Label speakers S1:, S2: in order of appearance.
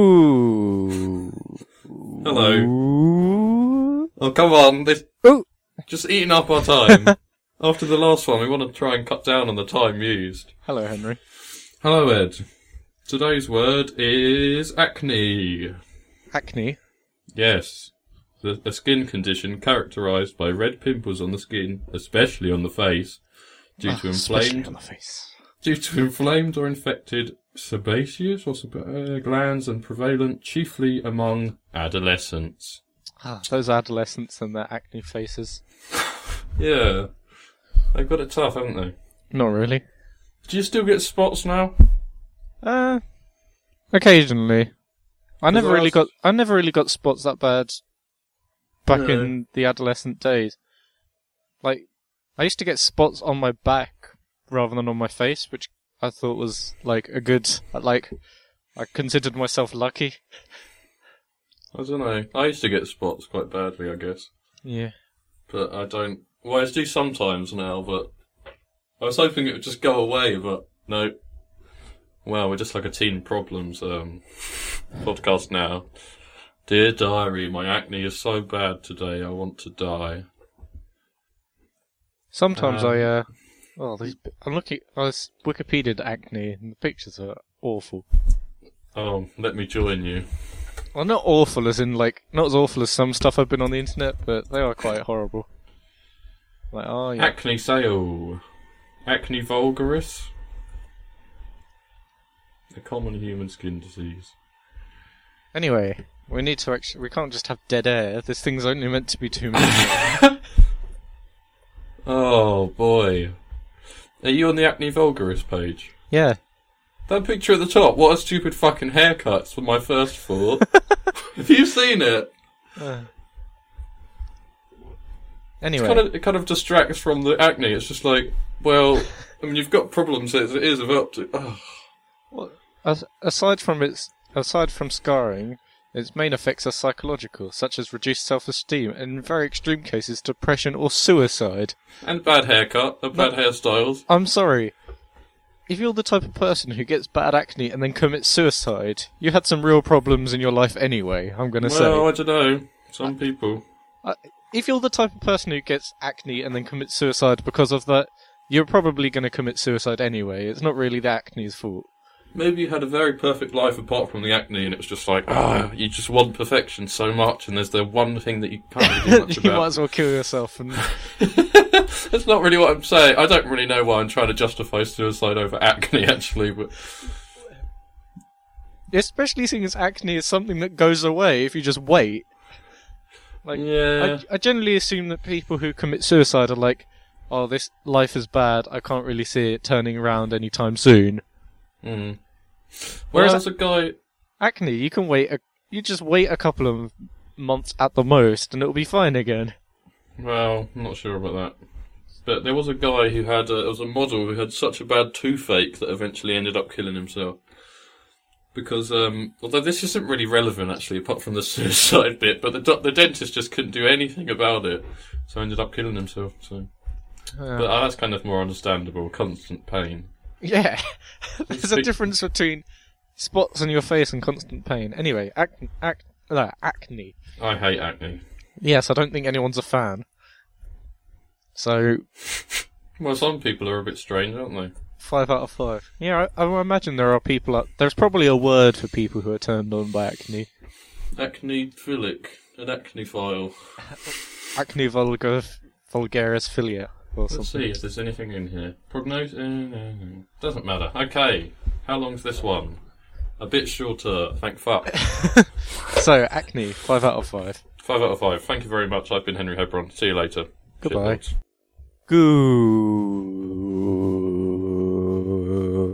S1: Hello.
S2: Hello.
S1: Ooh.
S2: Oh, come on. They've
S1: Ooh.
S2: just eaten up our time. After the last one, we want to try and cut down on the time used.
S1: Hello, Henry.
S2: Hello, Ed. Today's word is acne.
S1: Acne.
S2: Yes. The, a skin condition characterized by red pimples on the skin, especially on the face, due to
S1: Especially Ah, on
S2: inflamed,
S1: the face.
S2: due to inflamed or infected sebaceous or sub- uh, glands and prevalent chiefly among adolescents.
S1: Ah, those adolescents and their acne faces.
S2: Yeah. They've got it tough, haven't they?
S1: Not really.
S2: Do you still get spots now?
S1: Uh, occasionally. I never
S2: I
S1: really
S2: was-
S1: got. I never really got spots that bad. Back
S2: No.
S1: in the adolescent days, like I used to get spots on my back rather than on my face, which I thought was like a good. Like I considered myself lucky.
S2: I don't know. I used to get spots quite badly, I guess.
S1: Yeah.
S2: But I don't. Well, I do sometimes now, but I was hoping it would just go away, but no. Well, we're just like a teen problems um, podcast now. Dear diary, my acne is so bad today, I want to die.
S1: Sometimes
S2: Uh,
S1: I. Uh, well, these, I'm looking. I was Wikipedia acne, and the pictures are awful.
S2: Oh, let me join you.
S1: Well, not awful as in like not as awful as some stuff I've been on the internet, but they are quite horrible. Like, oh yeah,
S2: Acne sale. Acne vulgaris. A common human skin disease.
S1: Anyway, we need to actually. We can't just have dead air. This thing's only meant to be two minutes.
S2: Oh boy. Are you on the Acne Vulgaris page?
S1: yeah.
S2: That picture at the top, what a stupid fucking haircuts for my first thought. Have you seen it?
S1: Anyway,
S2: Kind of, it kind of distracts from the acne. It's just like, well, I mean, you've got problems as it is about to. Oh,
S1: as- aside from its aside from scarring, its main effects are psychological, such as reduced self-esteem and, in very extreme cases, depression or suicide.
S2: and bad haircut, and bad hairstyles.
S1: I'm sorry. If you're the type of person who gets bad acne and then commits suicide, you had some real problems in your life anyway. I'm gonna say.
S2: Well, I don't know. Some people.
S1: Uh, if you're the type of person who gets acne and then commits suicide because of that, you're probably going to commit suicide anyway. It's not really the acne's fault.
S2: Maybe you had a very perfect life apart from the acne, and it was just like, ah, you just want perfection so much, and there's the one thing that you can't really do much
S1: you
S2: about.
S1: might as well kill yourself. And
S2: That's not really what I'm saying. I don't really know why I'm trying to justify suicide over acne, actually, but
S1: especially seeing as acne is something that goes away if you just wait. Like,
S2: yeah.
S1: I, I generally assume that people who commit suicide are like, "Oh, this life is bad. I can't really see it turning around anytime soon."
S2: Mm. Whereas
S1: Whereas-
S2: a guy,
S1: Acne, you can wait. A, you just wait a couple of months at the most, and it'll be fine again.
S2: well, I'm not sure about that. But there was a guy who had, a, it was a model who had such a bad toothache that eventually ended up killing himself. Because, um, although this isn't really relevant actually, apart from the suicide bit, but the doc- the dentist just couldn't do anything about it, so ended up killing himself. So,
S1: Uh,
S2: but uh, that's kind of more understandable. Constant pain.
S1: Yeah, there's a
S2: Speak-
S1: difference between spots on your face and constant pain. Anyway, ac- ac- no, acne.
S2: I hate acne.
S1: Yes, I don't think anyone's a fan. So
S2: Well, some people are a bit strange, aren't they?
S1: five out of five. Yeah, I, I imagine there are people. Out- there's probably a word for people who are turned on by acne.
S2: Acnephilic, an acnephile.
S1: Acne vulgar, vulgaris filia, or
S2: Let's
S1: something.
S2: see if there's anything in here. Prognose? Uh, no, no. Doesn't matter. Okay, how long's this one? A bit shorter, thank fuck.
S1: So acne, five out of five.
S2: five out of five. Thank you very much. I've been Henry Hebron. See you later.
S1: Goodbye.
S2: Shitloads.
S1: Good.